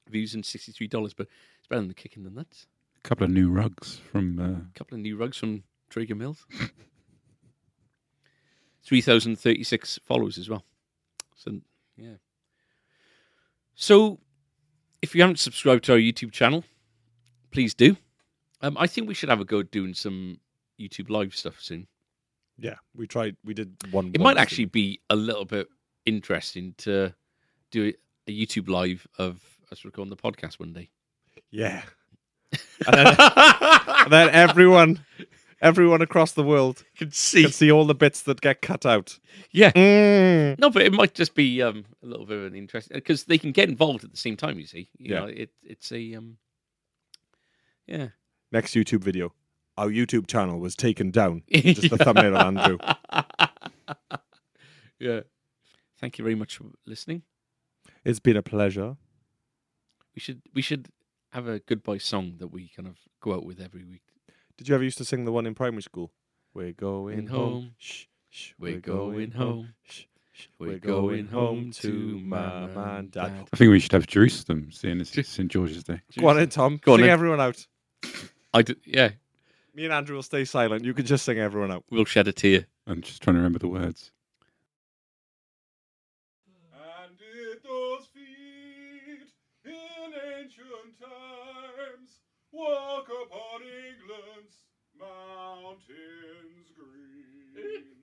views and $63, but it's better than the kick in the nuts.
A couple of new rugs from.
A
Uh,
couple of new rugs from Trigger Mills. 3,036 followers as well. So, yeah. So, if you haven't subscribed to our YouTube channel, please do. Um, I think we should have a go at doing some YouTube live stuff soon.
Yeah, we tried. We did one.
It
once,
might actually be a little bit interesting to do a YouTube live of us recording the podcast one day.
Yeah. And then, and then everyone, everyone across the world
Could
can
see.
see all the bits that get cut out.
Yeah.
Mm.
No, but it might just be um, a little bit of an interest because they can get involved at the same time. You see, you
Yeah.
know, it it's a um, yeah,
Next YouTube video. Our YouTube channel was taken down. Just the thumbnail of Andrew.
yeah. Thank you very much for listening.
It's been a pleasure.
We should we should have a goodbye song that we kind of go out with every week.
Did you ever used to sing the one in primary school? We're going
In
home.
home.
Shh, shh,
We're going home.
Shh, shh,
We're going home to mum and dad.
I think we should have Jerusalem, seeing it's St. George's Day.
Go on in, Tom.
Go on
sing
in.
everyone out.
I did, yeah,
Me and Andrew will stay silent. You can just sing everyone out.
we'll shed a tear.
I'm just trying to remember the words.
And at those feet, in ancient times, walk upon England's mountains green.